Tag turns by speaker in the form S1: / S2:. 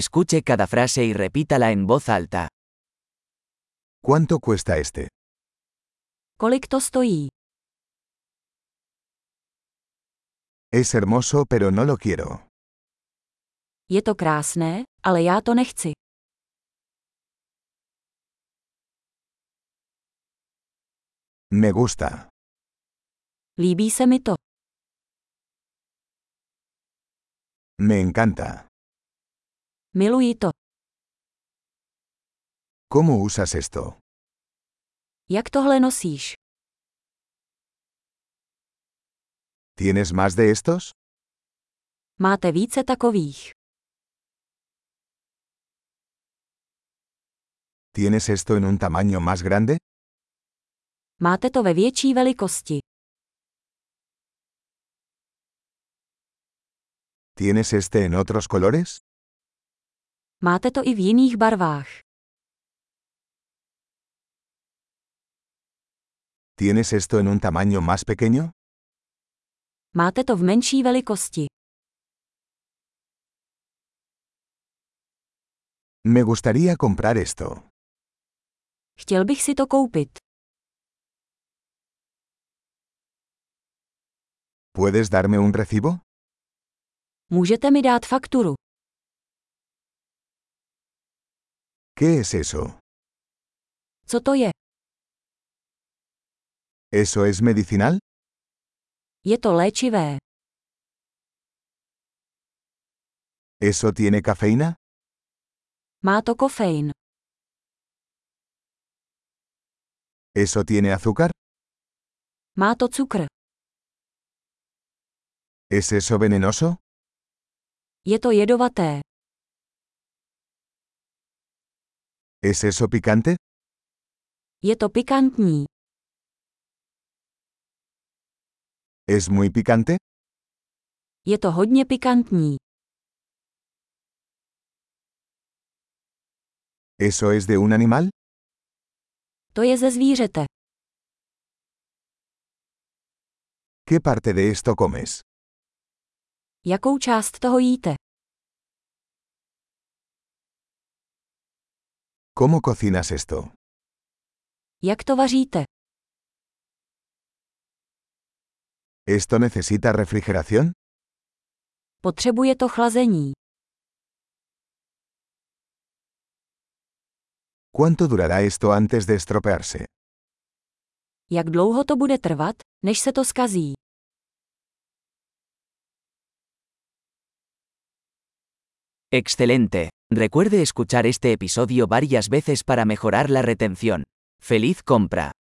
S1: Escuche cada frase y repítala en voz alta.
S2: ¿Cuánto cuesta este?
S3: Kolik to stojí?
S2: Es hermoso pero no lo quiero.
S3: Je to krásné, ale já to nechci.
S2: Me gusta.
S3: Líbí se mi to.
S2: Me encanta.
S3: Miluji to.
S2: ¿Cómo usas esto?
S3: Jak tohle nosíš?
S2: ¿Tienes más de estos?
S3: Máte více takových.
S2: ¿Tienes esto en un tamaño más grande?
S3: Máte to ve větší velikosti.
S2: ¿Tienes este en otros colores?
S3: Máte to i v jiných barvách.
S2: ¿Tienes esto en un tamaño más pequeño?
S3: Máte to v menší velikosti.
S2: Me gustaría comprar esto.
S3: Chtěl bych si to koupit.
S2: ¿Puedes darme un recibo?
S3: Můžete mi dát fakturu.
S2: ¿Qué es eso?
S3: Co to je?
S2: ¿Eso es medicinal?
S3: Je to léčivé.
S2: ¿Eso tiene cafeína?
S3: Má to kofein.
S2: ¿Eso tiene azúcar?
S3: Má to cukr.
S2: ¿Es eso venenoso?
S3: Je to jedovaté.
S2: ¿Es eso picante?
S3: Je to pikantní.
S2: ¿Es muy picante?
S3: Je to hodně pikantní.
S2: ¿Eso es de un animal?
S3: To je ze zvířete.
S2: ¿Qué parte de esto comes?
S3: Jakou část toho jíte?
S2: ¿Cómo cocinas esto?
S3: Jak to vaříte?
S2: ¿Esto necesita refrigeración?
S3: Potřebuje to chlazení.
S2: ¿Cuánto durará esto antes de estropearse?
S3: Jak dlouho to bude trvat, než se to skazí?
S1: Excelente. Recuerde escuchar este episodio varias veces para mejorar la retención. ¡Feliz compra!